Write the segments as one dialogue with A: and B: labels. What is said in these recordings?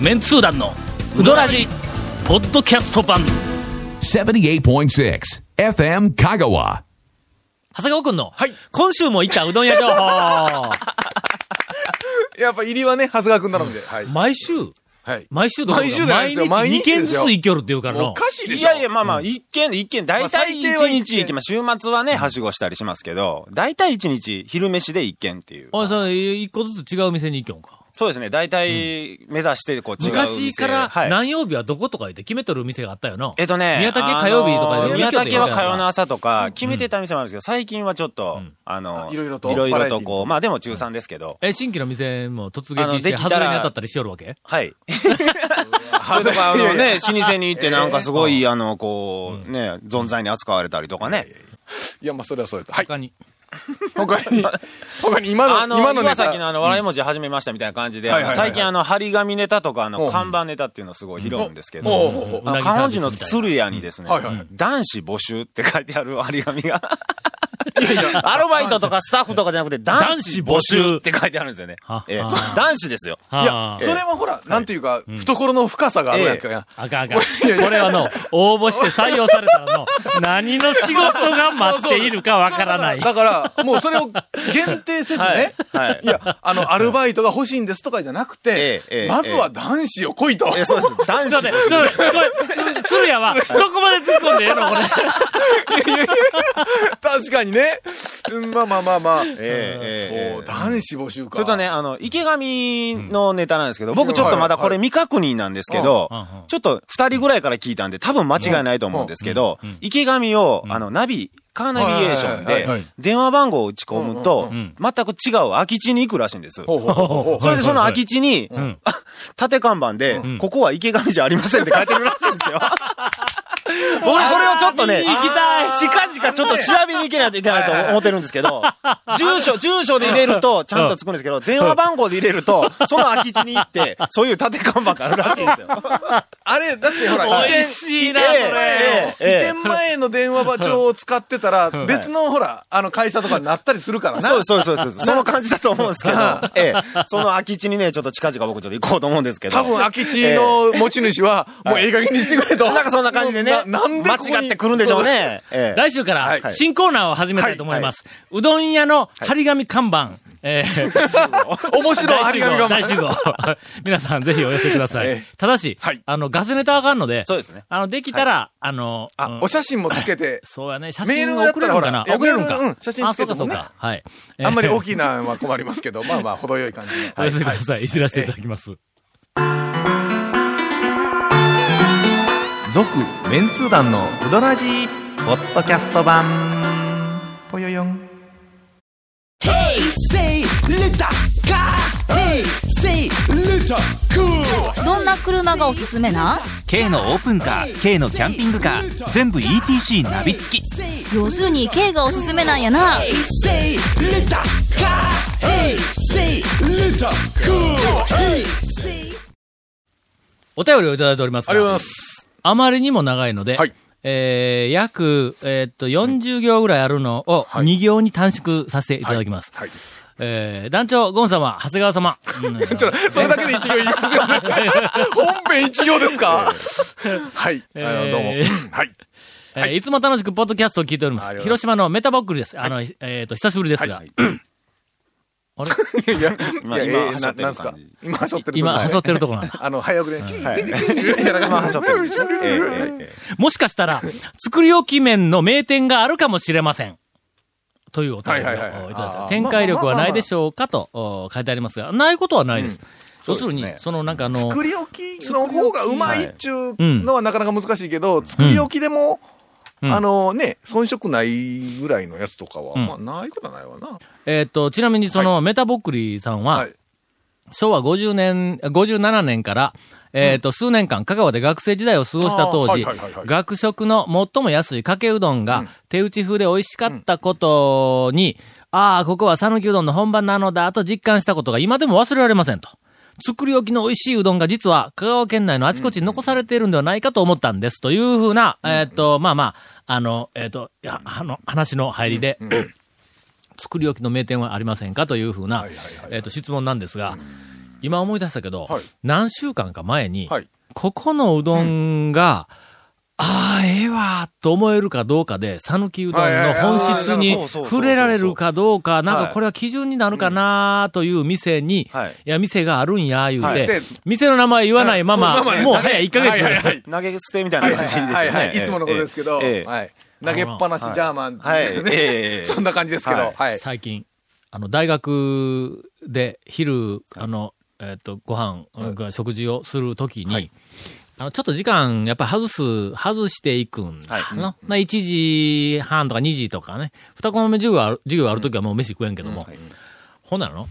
A: メンツー団のウドラジポッドキャスト版
B: 78.6 FM Kagawa.
C: 長谷川くんの、
D: はい
C: 今週も行ったうどん屋情報
D: やっぱ入りはね、長谷川くんなので。はい。
C: 毎週
D: はい。
C: 毎週どころか
D: 毎週じゃないですよ
C: 毎日2
D: 毎日
C: 軒
D: で
C: ず
D: す
C: つ
D: よ
C: 行けるっていうから
D: お
C: の。
D: かしいで
E: い
D: しょ。
E: やいや、まあまあ、一軒、一軒、大
D: まあ
E: 体
D: 最
E: 一
D: 低は一
E: 日
D: 軒
E: 行きます。週末はね、はしごしたりしますけど、大体一日、昼飯で一軒っていう。
C: おい、そう、一個ずつ違う店に行きょんか。
E: そうですね、大体目指して、こう、違う店。
C: 昔から
E: はい。
C: 何曜日はどことか言って決めとる店があったよな。
E: えっとね、
C: 宮崎火曜日とか
E: あ
C: で
E: のー
C: 見
E: 宮
C: てたよ
E: 崎は火曜の朝とか、決めてた店もあるんですけど、最近はちょっと、あのー、
D: あいろいろと
E: いろい
D: バラ
E: ろ
D: エティ
E: とこう、まあでも中3ですけど、
C: え、新規の店も突
E: あ
C: 撃
E: の
C: し
E: で
C: て、
E: きた
C: 外れ
E: ら
C: に当たったりしよるわけ
E: はい。あとか、あのね、老舗に行って、なんかすごい、あの、こう、ね、存在に扱われたりとかね。
D: いや、まあ、それはそれと。はい。
C: 他に。
D: 他 に、他に今の、
E: あの、
D: 今の
E: 今
D: ネタ
E: さっきのあの、笑い文字始めましたみたいな感じで、
D: うん
E: あの
D: はいはいはい
E: 最近あの、張り紙ネタとか、あ
D: う
E: の、
D: ん
E: 看板ネタっていうのをすごい拾うんですけ
D: おうお
E: ど、
D: うおう
E: あの、漢文字の鶴屋にですね
D: はいはいはい、
E: 男子募集って書いてある張り紙が。 アルバイトとかスタッフとかじゃなくて、男子募集って書いてあるんですよね
C: は。
E: ええ
C: は
E: 男子ですよ。
C: い
D: いや、それはほら、なんていうか、懐の深さがあるやつや。
C: あかんあかん。これはの、応募して採用されたらの、何の仕事が待っているかわからない。
D: だから、だからもうそ れを限定せずね。
E: はいはい
D: いや、あの、アルバイトが欲しいんですとかじゃなくて
E: えええ、え
D: まずは男子を来いと。
E: ええそうです。男
C: ちょ
E: 子
C: っと
E: 募
C: 待って、ちょっと待っ
E: 集。
C: て、これ、つ鶴屋は、どこまで突っ込んでええのこれ。
D: 確かにね。うんまあまあまあまあ。
E: ええええ
D: そう、男子募集か。
E: それとね、あの、池上のネタなんですけど、僕ちょっとまだこれ未確認なんですけど
C: うんうんうん、
E: ちょっと二人ぐらいから聞いたんで、多分間違いないと思うんですけど、池上を、あの、ナビ、カーナビゲーション
D: はいはいはい
E: で、電話番号を打ち込むと、全く違う空き地に行くらしいんです。
D: ほうほうほうほう。
E: それでその空き地に、あ縦看板で、ここは池上じゃありませんって書いてるらしいんです よ。俺それをちょっとね、
C: 見に行きたい
E: 近々ちょっと調べに行けないといけないと思ってるんです けど、住所、住所で入れるとちゃんとつくんですけど、電話番号で入れると、その空き地に行って、そういう縦看板があるらしいんですよ。
D: あれ、だってほら、移
C: 美
D: 転、
C: 味
D: 移
C: しいな、そ
E: ええ
C: れ。
E: ええええ
D: 転前の電話場帳を使ってたら、別のほら、あの会社とかになったりするからな。
E: そうそうそうそう。その感じだと思うんです けど、ええ、その空き地にね、ちょっと近々僕ちょっと行こうと思うんですけど。
D: 多分、空き地の持ち主は、もうええ加減にしてくれと。
E: なんかそんな感じでね、
D: ななんでここに
E: 間違ってくるんでしょう。ね。ええ
C: 来週から、
E: はい
C: 新コーナーを始めたいと思います。うどん屋の張り紙看板。えー
D: 面白い張り紙が。
C: 大集合。 皆さんぜひお寄せください。
D: ええ
C: ただし、
D: はい
C: あの、ガセネタあかんので、
E: そうですね
C: あの、できたら、あの、う
D: あ
C: ん、
D: お写真もつけて、
C: そうやね、写
D: メー
C: 真
D: ル
C: を
D: だっ
C: 送
D: た
C: れる
D: らほ
C: んかな
D: ら、
C: 送れるんか、
D: うん写真
C: あ、
D: つ
C: そ
D: け
C: う
D: て
C: かそ
D: も
C: う
D: ね
C: か。はい。
D: あんまり大
C: き
D: きいなんは困りますけど、まあまあ、程よい感じ の。
C: お寄せくださ い。いじらせていただきます。
F: 続メンツー団のウドラジーポッドキャスト版ぽよよん
G: Say little car. Hey, say little cool.
H: どんな車がおすすめなん
I: K のオープンカー K のキャンピングカー全部 ETC ナビ付き
H: 要するに K がおすすめなんやな
G: Hey, say little car. Hey, say little cool. Hey, say.
C: お便りをいただいております
D: あ
C: が
D: りがとうございます。
C: あまりにも長いので、
D: はい
C: えー、約、えーっと、40行ぐらいあるのを、
D: い
C: 2行に短縮させていただきます。
D: はい。
C: えー、団長、ゴン様、長谷川 様。うん
D: ちょっと、それだけで一行言います よね。本編一行ですかはい。あの、どうも
C: えー。
D: はい。
C: えーい、つも楽しくポッドキャストを聞いておりま
D: あ
C: す。
D: りがとうございます
C: 広島のメタボックルです。あの、えっ、と、久しぶりですが。あ れ
D: いや、
E: 今
D: いや
E: 今
D: えー
E: はしょ
D: な
E: ってる
D: なんすか
E: 感じ
D: 今はしょってる
C: 今、は
D: は
C: しょってるとこなんだ
D: あの、早送りね。
E: はい。
D: 今
E: 今はしょってるんですよ。ええええええ
C: もしかしたら、作り置き麺の名店があるかもしれません。というお便りをいただい
D: はいはいは
C: て
D: いあー
C: 展開力はないでしょうかとお書いてありますが、ないことはないです。要するに、
E: そう
C: そ
E: ですね
C: のなんかあの、
D: 作り置きの方がうまいっちゅうのはなかなか難しいけど、作り置きでも、
C: うん
D: あのね、遜色ないぐらいのやつとかは、
C: うん
D: まあ、ないことはないわな。
C: えっ、と、ちなみにその、メタボックリさんは、
D: はい。
C: 昭和50年、57年から、えっ、と、数年間、香川で学生時代を過ごした当時、
D: あーはいはいはいはい
C: 学食の最も安いかけうどんが、手打ち風で美味しかったことに、ああ、ここは讃岐うどんの本場なのだ、と実感したことが今でも忘れられませんと。作り置きの美味しいうどんが実は香川県内のあちこちに残されているんではないかと思ったんです。というふうな、えっ、と、まあまあ、あの、えっ、と、いや、あの、話の入りで、作り置きの名店はありませんかというふうな、えっ、と、質問なんですが、今思い出したけど、
D: はい
C: 何週間か前に、
D: はい
C: ここのうどんが、ああ、ええわ、と思えるかどうかで、讃岐うどんの本質に
E: はいはいはいそうそうそうそう
C: 触れられるかどうか、なん
E: は
C: か
E: い
C: これは基準になるかなという店に、
E: はいい、
C: や、店があるんや、言うて、
D: はいで
C: 店の名前言わないまま、もう早い1ヶ月、
D: はいはいはい
E: 投げ捨てみたいな感じですよね。
D: はいはいはいいつものことですけど、
E: ええ
D: はい、投げっぱなしジャーマン、
E: はいはいええ
D: そんな感じですけど、
E: はい
D: はい
C: 最近、あの、大学で昼、あの、えっ、と、ご飯、うん食事をするときに、あの、ちょっと時間、やっぱり外す、外していくんだ。のな1時半とか2時とかね、二コマ目授業ある、授業あるときはもう飯食えんけども、ほんならの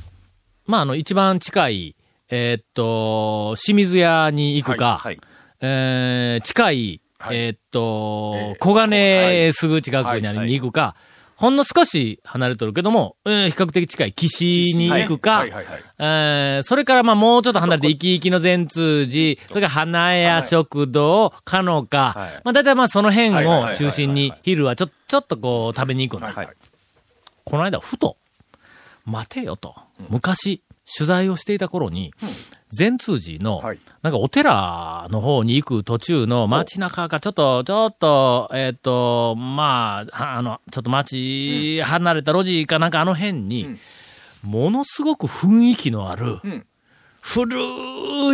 C: まあ、あの、一番近い、えーっと、清水屋に行くか、
E: はいはい
C: えー近い、
D: はい
C: えーっ
D: え
C: と
D: ー、
C: 小金井すぐ近くに,、
E: はいはい
C: に行くか、ほんの少し離れとるけども、えー比較的近い岸に行くか、
D: はいはいはい
C: えーそれからまあもうちょっと離れて、生き生きの善通寺、それから花屋食堂、かのか、
E: はい
C: まあ大体まあその辺
D: はいはいはい
C: を
D: はい
C: 中心に、昼はちょ、ちょっとこう食べに行くんだ。
E: はい
C: この間、ふと、待てよと、昔、取材をしていた頃に、善通寺の
D: はい、
C: なんかお寺の方に行く途中の街中か、ちょっと、ちょっと、えっ、と、まあ、はあの、ちょっと街、離れた路地かなんかあの辺に、ものすごく雰囲気のある、
D: ん
C: 古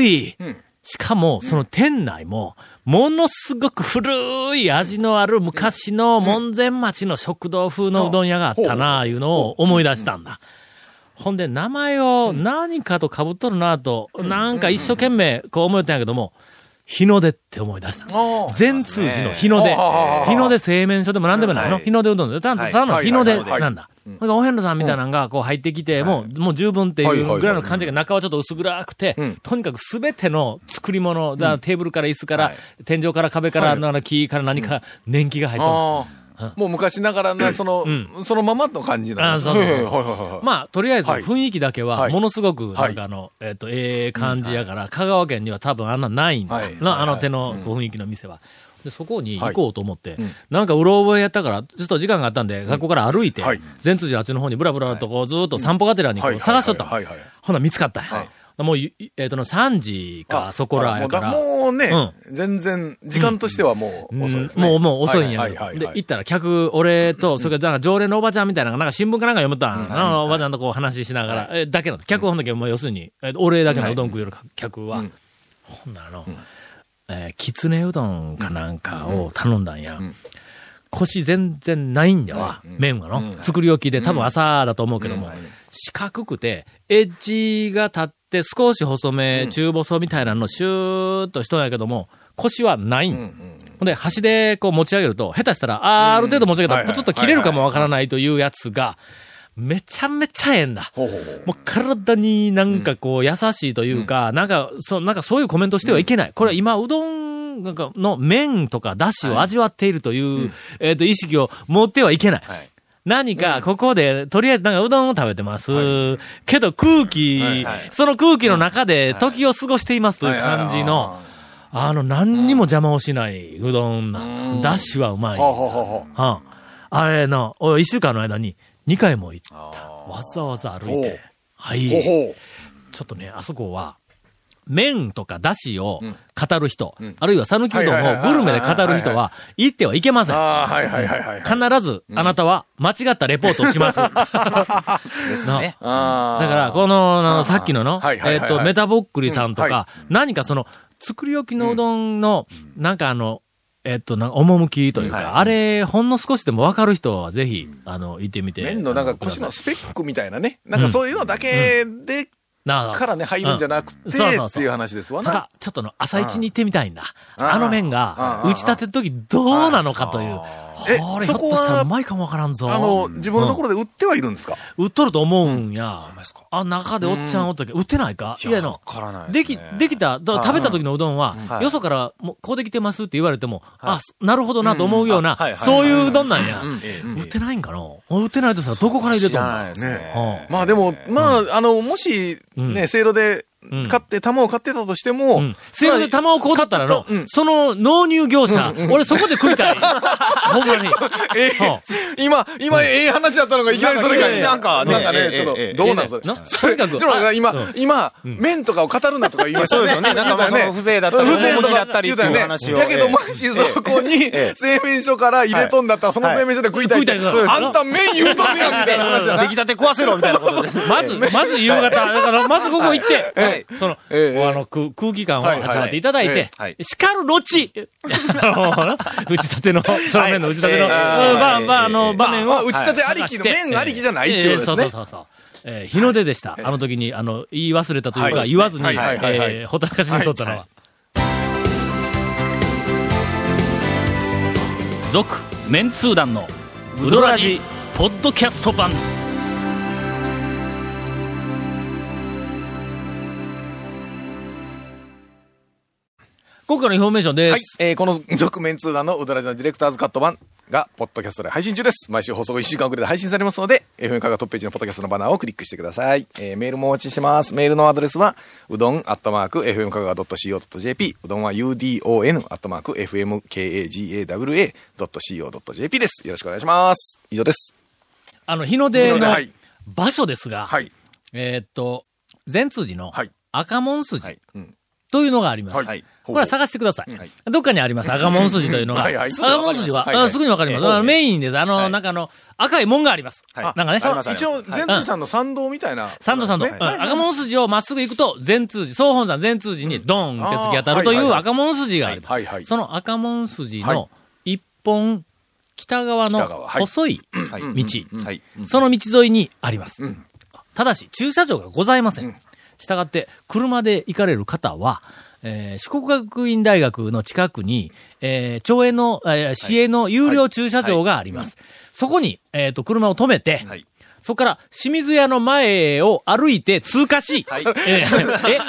C: い、
D: ん
C: しかも、その店内も、ものすごく古い味のある昔の門前町の食堂風のうどん屋があったなあいうのを思い出したんだ。ほんで、名前を何かと被っとるなと、なんか一生懸命こう思えたんやけども、日の出って思い出した。全通寺の日の出。日の出製麺所でも何でもないの。
E: はい
C: 日の出うどんで。ただただの
D: はい
C: 日の出
D: はいはいはい
C: なんだ。だから、お遍路さんみたいなのがこう入ってきて、もう、もう十分っていうぐらいの感じが中はちょっと薄暗くて、とにかくすべての作り物、だからテーブルから椅子から、天井から壁から、なんか木から何か年季が入ってる。
D: ああもう昔ながらな、その、そのままの感じ
C: あ
D: なの。
C: そうそうそう
D: はいはいはいはい
C: まあ、とりあえず
D: はい
C: 雰囲気だけは、
D: はい
C: ものすごく、
D: は
C: な
D: い
C: んかあの、えっ、と、ええ感じやから、香川県には多分あんなないんだ。
D: はい
C: なあの手のこう雰囲気の店は。で、そこに行こうと思って、
D: ん
C: なんかうろ覚えやったから、ちょっと時間があったんで、学校から歩いて、
D: はい
C: 全通寺あっちの方にブラブラとこう、ずーっと散歩がてらにこ
D: は
C: う
D: い
C: 探しとったの。
D: はいはいはいはい
C: ほな、見つかったんや。
D: はい
C: もう、いえっ、との、3時か、そこらやから。
D: あもうだもうね、全然、時間としてはもう遅いですね。
C: もう、もう遅いんや
D: は
C: けど
D: は
C: で、
D: は
C: 行ったら客、俺と、それから、なんか常連のおばちゃんみたいなのが、なんか新聞かなんか読むとったん、あのおばちゃんとこう話ししながら、え、だけなの。客ほんだけ、もう要するに、え、俺だけのうどん食うよる客は、ほんならの、えー、きつねうどんかなんかを頼んだんや。腰全然ないんだわ、麺がの。作り置きで、多分朝だと思うけども、四角くて、エッジが立って少し細め、中細みたいなのシューっとしとんやけども、腰はないん。ほんで、端でこう持ち上げると、下手したら、あーある程度持ち上げたら、プツッと切れるかもわからないというやつが、めちゃめちゃええんだ。もう体になんかこう優しいというか、なんか、そう、なんかそういうコメントしてはいけない。これは今うどんなんかの麺とか出汁を味わっているという、えっ、と、意識を持ってはいけない。何か、ここで、とりあえずなんかうどんを食べてます。けど空気、その空気の中で時を過ごしていますという感じの、あの、何にも邪魔をしないうどんなんだ。ダッシュはうまい。
D: ほうほうほう
C: うんあれの、お一週間の間に2回も行った。わざわざ歩いて。はい。
D: ほう
C: ち
D: ほう
C: ょっとね、あそこは、麺とか出汁を語る人、あるいは讃岐うどんをグルメで語る人は、行ってはいけません。
D: ああ、はいはいはいはい。
C: 必ず、あなたは間違ったレポートをし ます。
F: です
C: な
F: ね。
D: ああ
C: だから、この、あの、さっきのの、
D: はいはい
C: え
D: は
C: っ
D: いはい
C: と、メタボックリさんと
D: うんは
C: か、何かその、作り置きのうどんの、なんかあの、えっと、なんか、趣というか、あれ、ほんの少しでも分かる人は、ぜひ、あの、行ってみて。
D: 麺のなん
C: あ
D: か
C: くださ
D: 腰
C: い
D: のスペックみたいなね。なんかそういうのだけで、
C: なあ
D: からね、入るんじゃなくて、
C: うんそうそうそう
D: っていう話ですわ
C: た
D: な
C: だ。、ちょっとあの朝一に行ってみたいんだ。
D: うん
C: あの麺が、打ち立てるときどうなのかという。
D: え
C: これ、ひょ
D: そ
C: っ
D: こと
C: したら
D: は
C: うまいかもわからんぞ。
D: あの、自分のところで売ってはいるんですか
C: 売っとると思うんや。あ、中でおっちゃんおったけど、売ってないかいやの。
E: からない
C: です
E: ね
C: き、できた、だ食べた時のうどんは、
E: はい
C: よそから、もう、こうできてますって言われても、あ、なるほどなと思うような、
E: はいはい
C: そういううどんなんや。
E: え
C: 売ってないんかな売ってないとさ、どこから入れ
E: 知
C: とん
E: らない
C: だ
E: ですね。
C: うん
D: まあでも、まあ、あの、もし、ね、せいろで
C: うん
D: 買って、玉を買ってたとしても、
C: うん。すいません、玉をこう取ったらの
D: 買ったとうん、
C: その納入業者、俺そこで食いたい。ほんまに。
D: ええ
C: は
D: 今、今、ええ話だったのが、いきなりそれが、
E: な
D: なんん
E: か
D: か、
E: ね
D: なんか
E: え
D: ね、
E: え
D: ちょっ
E: ええ
D: と、どうなんそれ。
C: なとにかく
D: ちょっと今、今、麺とかを語るなとか言いましたよね。
E: そうですよねなんか
D: 言うたよ
E: その風情だったり
D: 風情と
E: 思い
D: か
E: 出だったりっていう話を
D: 言うたよねだけど、
E: ええ
D: もしそこに
E: ええ、
D: 製麺所から入れとんだったら、その製麺所で食いたいって。
C: はい食いたいそうです
D: あんた麺言うとるやんみたいな話だな
E: 出来たて食わせろみたいなことで。
C: ま ず、まず夕方、だから、まずここ行って、その、
D: ええ
C: あの、空空気感を
D: はい
C: 味
D: はい
C: わっていただいて
E: はい、
C: 叱るロチ、あの打ち立ての、その面の打ち立ての、
E: はいええ
C: ば、
E: ええ
C: ば、あの、場面を。
D: まあ、打ち立てありきの、
C: はい
D: 麺ありきじゃない
C: ええ
D: 一応です
C: そうそう
D: ね。
C: そうそう。えー日の出でした。あの時に、あの、言い忘れたというか、
D: はい
C: 言わずに、
D: はいはいはいはい
C: えーほったらかしに撮ったのは。続、メンツー団の、ウドラジ、ポッドキャスト版。今回のインフォメーションです。
D: はい。えーこの、続面通談のうどらじのディレクターズカット版が、ポッドキャストで配信中です。毎週放送後1週間遅れで配信されますので、FM カがトップページのポッドキャストのバナーをクリックしてください。えーメールもお待ちしてます。メールのアドレスは、うどん、アットマーク、FM カが .co.jp、うどんは udon、アットマーク、fmkagawa.co.jp です。よろしくお願いします。以上です。
C: あの、日の出
D: 日の出
C: の
D: はい
C: 場所ですが、
D: はい。
C: えーっと、善通寺の
D: はい
C: 赤門筋
D: はいうん
C: というのがあります。
D: はい
C: これは探してください。どっかにあります、赤門筋というのが。
D: はいはい
C: 赤門筋は、
D: すぐわかりま
C: あ
D: す
C: すぐにわかります。
D: はいはい
C: あのメインです。あの、
D: はい
C: なんかあの、赤い門があります。
D: はい
C: なんかね。
D: さ一応、全通さんの参道みたいな。
C: 三度三度、
D: ね
C: うん赤門筋をまっすぐ行くと、全通寺、総本山全通寺にドーンって突き当たるとい
D: あーはいうはい
C: 赤門筋があります。
D: はいはいはい
C: その赤門筋
D: はい
C: の一本北側の
D: 北側はい
C: 細い
D: はい
C: 道、
D: はい。
C: その道沿いにあります。ただし、駐車場がございません。したがって、車で行かれる方は、えー四国学院大学の近くに、えー町営の、えー市営の有料駐車場があります。そこに、えっ、と、車を止めて、
D: はい
C: そこから清水屋の前を歩いて通過し、 えーえ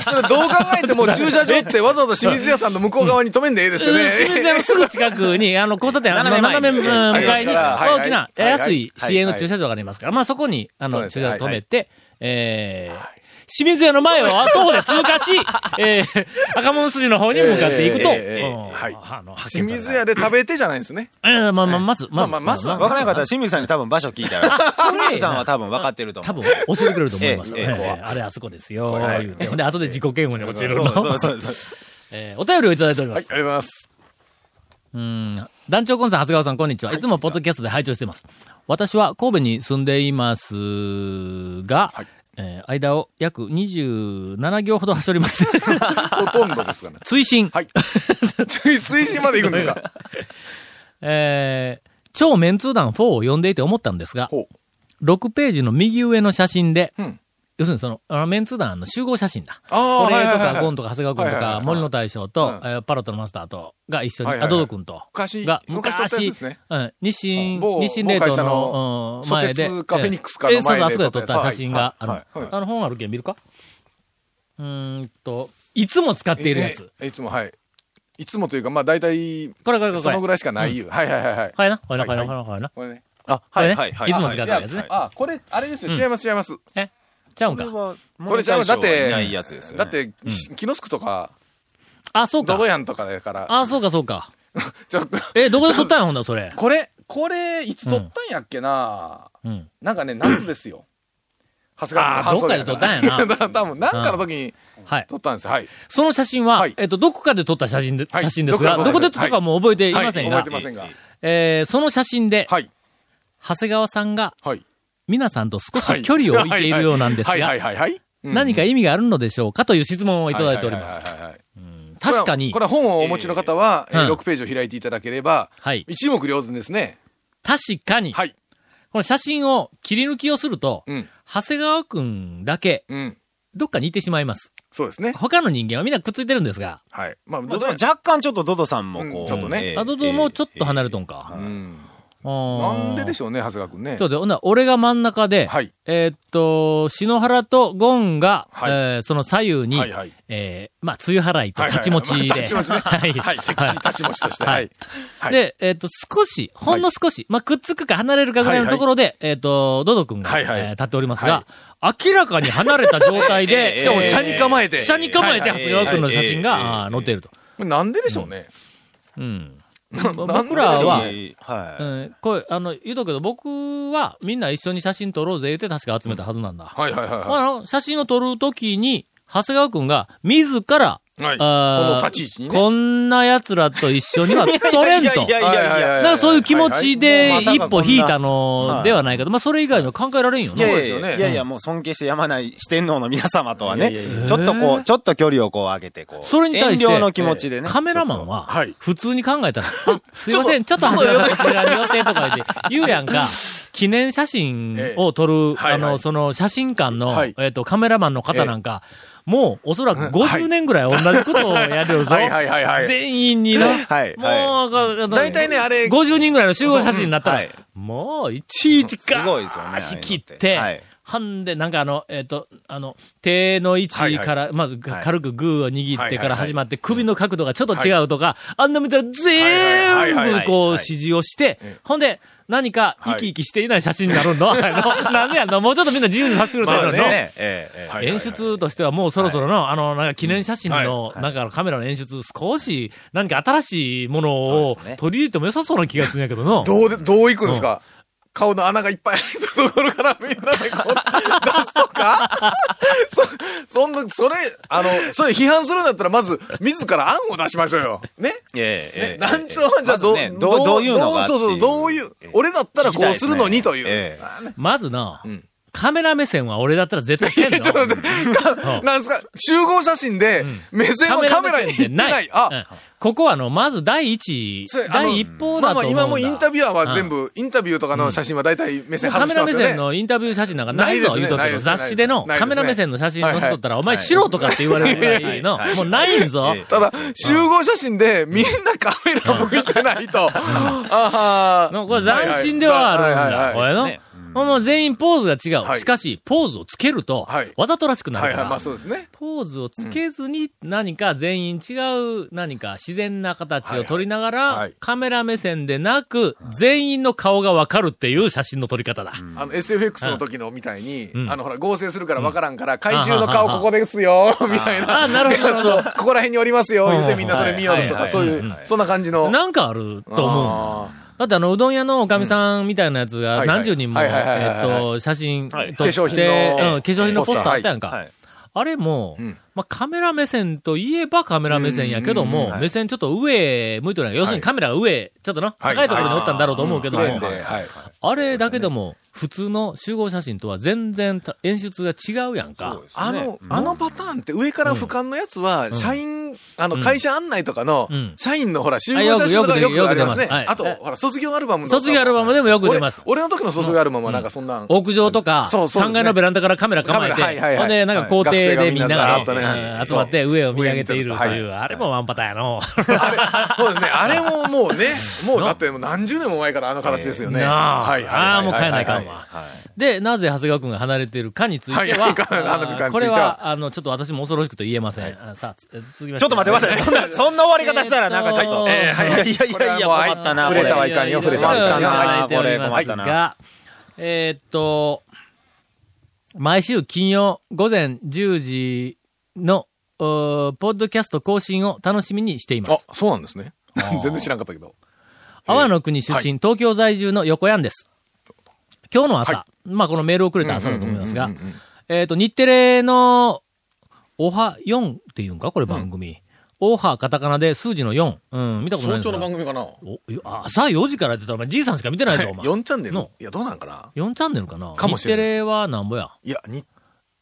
D: それどう考えても駐車場 ってわざわざ清水屋さんの向こう側に止めんでええですよね。
C: 清水屋のすぐ近くに、あの、交差点、あの、
E: 斜
C: 斜
E: め
C: め
E: 前に
C: うん向かいに、
D: ありますから
C: 大きな、
D: はいはい
C: 安い市営の駐車場がありますから、まあそこに、あ
D: そう
C: の、
D: です
C: 駐
D: ね
C: 車場止めて、えー、清水屋の前を徒歩で通過し、 えー、赤門筋の方に向かっていくと、
D: えーえーえー
C: うん
D: はい
C: あの、発
D: 清
C: 見さ
D: 水
C: れ
D: 屋で食べてじゃないんですね。
C: たえーまあまあ、まず、
D: まあまあ、まずは。
E: わからなかったら清水さんに多分場所聞いたら、
C: れ
E: 清水さんは多分分かってると思
C: 多
E: う。
C: 分、教えてくれると思います。
E: ええええ
C: えーあれ、あそこですよ、言うてほんで、後で自己嫌悪に陥るの。
E: そうそうそうそう。
C: えーお便りをいただいておりま
D: はい、
C: す
D: あ。りがとうございます。
C: うん団長コンさん、長谷川さん、こんにちは。いつもポッドキャストで拝聴しています。私は神戸に住んでいますが、えー間を約27行ほど走りました。
D: ほとんどですか ね。
C: 追伸。
D: はい。 つい追伸まで行くんですか
C: えー超メンツー団4を読んでいて思ったんですが、
D: ほう。
C: 6ページの右上の写真で、
D: うん
C: 要するにその、あのメンツー団の集合写真だ。
D: ああ、
C: 俺
D: はい
C: と
D: はい
C: か、
D: はい
C: ゴ
D: は
C: ン
D: い。
C: とか、長谷川君と
D: はいはい
C: か
D: は、い
C: 森の大将と、
D: う
C: えーパロットのマスターと、が一緒に、
D: はいはい
C: あ、
D: はい
C: ドド君と、
D: 昔
C: が、
D: 昔撮ったやつ
C: 昔
D: ですね
C: うん、日清、
D: 某
C: 日清冷凍
D: 某会社
C: の
D: の、
C: うん、前で。
D: ソテツか
C: ええ
D: フェニックスかの
C: ええそうそう、あ
D: 前
C: そ
D: で
C: こで
D: 撮
C: 撮
D: っ
C: った
D: やつ
C: 写真がある。
D: はいはい
C: あの本あるけん見るかうーんと、いつも使っているやつ。
D: え。えいつも、はい。いつもというか、まあ大体、
C: これこれこれこれ
D: そのぐらいしかないよ。はいはいはいはい。
C: はいな、はいな、は
D: はいい
C: な、
D: は
C: はいいな、はいな。
D: これね。
E: あ、
C: こ
E: は
C: れね
E: いはいはい。
C: いつも使ってるやつね
E: はい
D: あ、これ、あれですよ。
C: うん
D: 違います違います。
C: えちゃうん
E: これ
C: か。
E: は、
D: これちゃう。だっ
E: い
D: て
E: ないやつですよ、、ね。
D: だっ、て、キノスクとか、
C: あ、そう
D: ド
C: か
D: ド。ヤンとかだから、
C: あ、そうか、そうか。
D: ちょっと、
C: え、どこで撮ったんや、ほんだ、それ。
D: これ、これ、いつ撮ったんやっけな、
C: うん。
D: なんかね、夏で すよ。長谷
C: あー
D: 川君の搬送や
C: どっかで撮ったんやな
D: だから多分、なんかの時に
C: はい。
D: 撮ったんですよ。はい。
C: その写真は、
D: はい
C: えっと、どこかで撮った写真で、
D: はい
C: 写真ですが、ど
D: ど
C: こ
D: こ
C: で撮
D: で撮
C: っ
D: ったた
C: か
D: か
C: も覚えてい
D: は
C: ま
D: い、
C: せん
D: 覚え
C: が
D: て、ませんが。
C: えーその写真で、
D: はい。
C: 長谷川さんが、
D: はい。
C: 皆さんと少し距離を置いているようなんです
D: はいは
C: が
D: い、はいはい。
C: 何か意味があるのでしょうかという質問をいただいております。
D: はいはいはいはいはい
C: 確かに
D: これ、はこれは本をお持ちの方は、
C: え
D: え
C: ー
D: ー
C: うん
D: 6ページを開いていただければ、
C: はい。
D: 一目瞭然ですね。
C: 確かに、
D: はい。
C: この写真を切り抜きをすると、
D: うん。
C: 長谷川くんだけ、
D: うん。
C: どっかにいてしまいます。
D: そうですね。
C: 他の人間はみんなくっついてるんですが、
D: はい。まあ、
E: まあ
D: ど
E: で
D: ど
E: も
D: やん
E: 若干ちょっとドドさんもこう、
D: うんちょっとね
E: ええ
C: あ、どどもうちょっと離れとんか。
D: うん。なんでで
C: し
D: しょうね、長谷川くんね
C: そ。うで、ほんなら俺が真ん中で、
D: はい
C: えーっと、篠原とゴンが、
D: はい
C: えーその左右に、
D: はいはい
C: えーまあ、梅雨払いと
D: はいはい
C: 立ち持ちで。
D: まあ立ち持ち ね。
C: はい。
D: はい、セクシー立ち持ちとして。
C: は
D: はいい。はい
C: で、えーっと、少し、ほんの少し、まあ、くっつくか離れるかぐらいのところで、えーっと、ドド君が、
D: はいはい
C: えー立っておりますが、明らかに離れた状態 で、
D: しかも、車に構えて。
C: 下に構えて、
D: は
C: 長
D: い
C: 谷川君の写真
D: はいええええ
C: が、あー載っていると。
D: これなんででしょうね。
C: うん。
D: なん
C: 僕らは、う
E: は
C: ん、これ、あの、言うとくけど、僕は、みんな一緒に写真撮ろうぜ、って確か集めたはずなんだ。
D: はいはいはい
C: まあ
D: は
C: あの、写真を撮るときに、長谷川くんが、自ら、
D: い。はい。こ
C: あー
D: の立ち位置にね。
C: こんな奴らと一緒には撮 れんと。
E: い
C: だ
E: やいやいやいや
D: はいはいはいはい
C: からそういう気持ちで
E: はいはい
C: 一
E: はい
C: 歩引いた
E: まさかこん
C: の
E: な
C: ではないかと。まあ、それ以外には考えられんよ
E: い。い
C: な
E: や。
D: そう
E: い
D: ですよ
E: や
D: ね
E: いやいや、もう尊敬してやまない四天王の皆様とはね
D: いやいや、
E: ちょっとこう、ちょっと距離をこう上げて、こう。
C: それに対して
E: 遠慮の気持ちでね。
C: カメラマンは
D: はい、
C: 普通に考えたら、あすいません、ちょっと長谷川さん、長谷川に寄ってとか言って、言うやんか、記念写真を撮る、
D: ええはい
C: あの、
D: はい
C: その、写真館の、
D: はい
C: えっと、カメラマンの方なんか、もう、おそらく50年ぐらい同じことをやるぞ。
D: はいはいはいはい
C: 全員にな。
E: はい
C: もう、だ
D: 大体ね、あれ、
C: 50人ぐらいの集合写真になったら、
E: そううんはい
C: もう、いちいち
E: す
C: か
E: ごいですよね
C: 足切っ
E: あ
C: て、
E: あいうのってはい
C: はんで、なんかあの、えっ、と、あの、手の位置から、まず、
E: い
C: 軽くグーを握って
D: はいは
C: か
D: い
C: ら
D: はい
C: 始まって、首の角度がちょっと違うとか、あんな見たら
D: はいはいはい
C: 全
D: は
C: 部
D: い
C: こう指示をして、ほんで、何か生き生きしていない写真になるの、 あのなんでやんのもうちょっとみんな自由にさせてください
E: そ
C: よ
E: うです
C: の。
E: ね。ええええ
D: はい
C: 演出としてはもうそろそろの、あの、なんか記念写真の、なんかカメラの演出、少し、何か新しいものを
E: そうですね
C: 取り入れても良さそうな気がするんやけどの。
D: どうで、どういくんですか顔の穴がいっぱい開いたところからみんなでこう出すとか そ、そんな、それ、あの、それ批判するんだったらまず、自ら案を出しましょうよ。ねね
E: ええええ
D: 団長はじゃあど、
E: まずねどうどういうのが
D: どうそうそう、どういう、俺だったらこうするのにという。
E: ええ
C: まずの、カメラ目線は俺だったら絶対せん の。
D: なんですか集合写真で、目線はカメラに行ってない。
C: う
D: あ、
C: んここはあの、まず第一
D: それ、あの
C: 第一報
D: ま
C: だ
D: あ
C: と
D: まあ
C: 思うんだ。
D: 今もインタビュアーは全
C: うん
D: 部、インタビューとかの写真は大体目線
C: カ
D: 外
C: メ
D: して
C: ラ
D: ま
C: 目
D: すよね。
C: 線のインタビュー写真なんかないぞ、
D: ないです
C: 言うと
D: ね
C: くけ
D: ない
C: ど、
D: ですね
C: 雑誌での
D: ないですね
C: カメラ目線の写真載せとったら、お前素人かって言われるぐらいの、もうないんぞ。
D: ただ、集合写真でみんなカメラ向いてな いと。あは
C: のこれ斬新ではあるんだ、こ
D: はい
C: れ
D: はい
C: の。もう全員ポーズが違う。
D: はい
C: しかし、ポーズをつけると
D: はい、
C: わざとらしくな
D: はい
C: るか
D: はい、まあ
C: ら、
D: そうですね。
C: ポーズをつけずに何か全員違う何か自然な形を撮りなが
D: いは
C: ら
D: い、
C: カメラ目線でなく、全員の顔がわかるっていう写真の撮り方だ。
D: あの、SFX の時のみたいに、
C: ん
D: あの、ほら、合成するから分からんから、怪獣の顔ここですよ、みたいな。
C: あなるほど
D: やつをここら辺におりますよ、言う
C: う
D: て
C: ん
D: みんなそれ見よると
C: は
D: か、
C: い
D: そうい、
C: はいう
D: そんな感じの。
C: なんかあると思うんだ。
D: あ
C: だってあの、うどん屋のおかみさんみたいなやつ
D: うん
C: が
D: はいはい
C: 何十人も、
D: はいはいはいはい
C: えっと、写真撮って、
D: 化粧品の
C: うん、化粧品のポ
D: ポスター
C: スターあったやんか
E: はい。
C: あれも
D: ん、
C: まあ、カメラ目線といえばカメラ目線やけども、目線ちょっと上向いてない。要するにカメラが上、ちょっとな、
D: はい
C: 高いところにおったんだろうと思うけど
D: ークレー
C: も
D: ン、で、はい。
C: あれだけでも、普通の集合写真とは全然た演出が違うやんか。
D: あの、あのパターンって上から俯瞰のやつは、社員、あの、会社案内とかの
C: うん、
D: 社員のほら、集
C: あよ
D: 合
C: く
D: 写真とか
C: よ
D: よ
C: くよ
D: く
C: く
D: あり
C: 出
D: ま
C: ます
D: すね。
C: はい
D: あと、ほら、卒業アルバムの。
C: 卒業アルバムでもよく出ます
D: 俺俺の時の卒業アルバムはなんかそんな、
C: 屋上とか、
D: そうそうで
C: 3
D: すね
C: 階のベランダからカメラ構えて、
D: カメラはいはいはい
C: ほんで、なんか校庭でみんながね、
D: 学生がみんなで
C: うん集まって上を見上げていると
D: 上
C: い
D: 見
C: う、
D: てる
C: あれもワンパターンやの。
D: あれ、そうですね。あれももうね、もうだってもう何十年も前からあの形ですよね。
C: なあ、
D: はいはいはい。
C: ああ、もう帰らないかん
D: は
C: わ。で、なぜ長谷川くんが離れているかについて
D: はい
C: は、
D: は
C: あ
D: い離れてるかについては
C: ーこれは、あの、ちょっと私も恐ろしくと言えません。あさあ、つ続きまして。
E: ちょっと待ってください。そんな、そんな終わり方したらなんかちょっと。
C: えー
E: はいやいやいやいや、困ったな、
D: 触
E: これ。
D: れたはいかんよ触れたはいかんよ
E: な
C: これ困ったな。えーっと、毎週金曜午前10時の、うーポッドキャスト更新を楽しみにしています。
D: あ、そうなんですね。 全然知らんかったけど。
C: 阿波の国出身、
D: はい
C: 東京在住の横山です。今日の朝、まあこのメールをくれた朝だと思いますが、えっ、と、日テレの、オハ4っていうんかこれ番組。オハカタカナで数字の4。うん、見たことない
D: 早
C: んですが
D: 朝の番組かな
C: およ朝4時からやってたら、お前じいさんしか見て ないぞ、お前。
D: ?4 チャンネル
C: の
D: いや、どうなんかな
C: 4チャンネルかな
D: かもしれない
C: 日
D: で
C: テレはなんぼや。
D: いや、に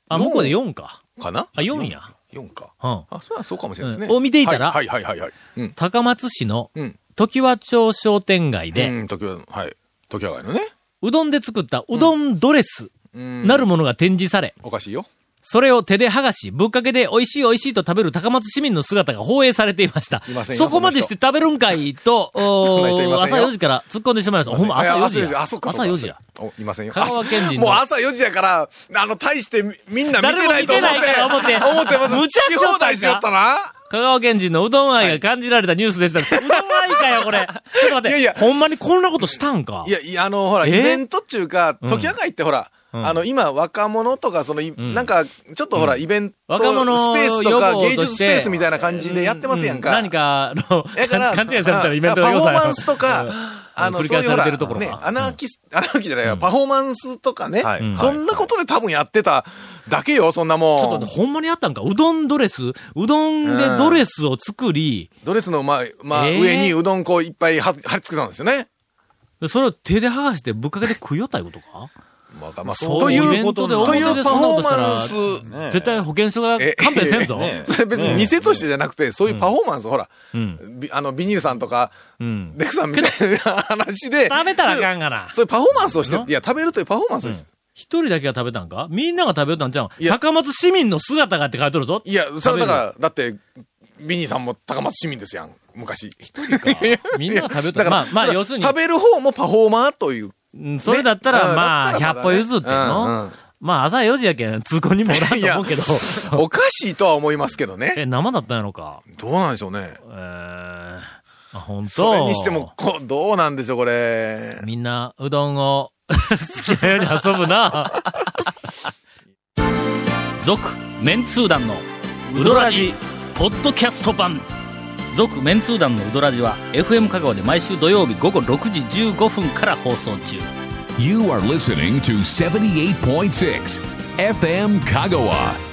C: あ、
D: 四
C: 向こうで4か。
D: かな
C: あ、4や。
D: 4か。
C: うん。
D: あ、それはそうかもしれないです
C: うん
D: ね。
C: を見ていたら
D: はいはいはいはい。うん。
C: 高松市の
D: うん。
C: 時和町商店街
D: う
C: で、
D: ん、時は、はい。時はがいのね。
C: うどんで作ったうどんドレス
D: うん
C: なるものが展示され、
D: おかしいよ。
C: それを手で剥がし、ぶっかけで美味しい美味しいと食べる高松市民の姿が放映されていました
D: いませ。んよ
C: そこまでして食べるんかい と、
D: んな人い
C: お
D: ません
C: 朝
D: よ
C: 4時から突っ込んでしまいました。ほんま
D: いや
C: 朝4時
D: 朝
C: や。
D: あ、そっか。
C: 朝4時や。
D: お。いませんよ。
C: 香川県人の
D: 朝もう朝4時やから、あの、大してみみんな見てないと思って。
C: 誰も見てないから思 って
D: また、
C: 無茶し
D: き
C: よったんか
D: 放題しよったな。
C: 香川県人のうどん愛が感じられたニュースでした。うどん愛か よ、これ。ちょっと待って。
D: いやいや
C: ほんまにこんなことしたんか。
D: いや、いや、あの、ほら、イベントっていうか、
C: ん
D: 時赤いってほら、
C: ん
D: あの、今、若者とか、その、いなんか、ちょっとほら、イベント、
C: 若者
D: スペースと
C: 予
D: か、
C: 防と
D: 芸
C: して
D: 術スペースみたいな感じでやってますやんか。
C: う何か、あの、
D: だから、
C: 勘違いされたらイベント
D: あ
C: の
D: パ
C: 良さ
D: フォー
C: や
D: マンスと
C: うん
D: か、あの、
C: 繰り
D: そう
C: 返
D: いうほ
C: され
D: ら、
C: てるところ
D: ね、
C: か
D: アナーキス、アナーキじゃないわパフォーマンスとかね
E: はい、
D: そんなことで多分やってただけよ、そんな
C: ちょ
D: も
C: っと
D: ん
C: ね。ほんまにあったんかうどんドレスうどんでドレスを作り、
D: ドレスの、まあ、まあ、
C: えー
D: 上にうどんこういっぱいは貼り付けたんですよね。
C: でそれを手で剥がしてぶっかけて食いよったいうことか
D: まあ、まあ、
C: そう
D: と
C: イ
D: い
C: ベ
D: う、
C: ントで
D: というパフォーマン
C: そんなこ
D: ス、
E: ね
C: 絶対保健所が
D: え
C: 勘弁せんぞ。
E: ね
D: それ別に偽としてじゃなくて、そういうパフォーマンス、ほら、
C: ん
D: びあの、ビニールさんとか、
C: うん。
D: デクさんみたいな話で、
C: 食べたらあかんがな。
D: そういうパフォーマンスをし
C: な
D: て、いや、食べるというパフォーマンスをして、
C: 一人だけが食べたんかみんなが食べよったんちゃう
D: い
C: ん
D: や
C: 高松市民の姿がって書いとるぞ。
D: いや、それ
C: 食
D: はだから、だって、ビニーさんも高松市民ですやん、昔。
C: べるかみんなが食べよった
D: だ
C: んか。
D: から、
C: まあ、まあ、
D: それ
C: 要するに、
D: 食べる方もパフォーマーと いう。
C: うんそれだったら、
D: ね
C: まあ、
D: うんだったら
C: 百
D: まだね
C: 歩譲っていうの、
D: うんうん
C: まあ、朝4時やけん、通行にもおらんと思うけど。
D: おかしいとは思いますけど ね。
C: え、生だったんやろか。
D: どうなんでしょうね。
C: えー、あ、ほんと。
D: それにしても、こどうなんでしょう、これ。
C: みんな、うどんを、 好きなように遊ぶな。 続、メンツー団の、ウドラジ、ポッドキャスト版。続、メンツー団のウドラジは、FM 香川で毎週土曜日午後6時15分から放送中。
B: You are listening to 78.6 FM Kagawa.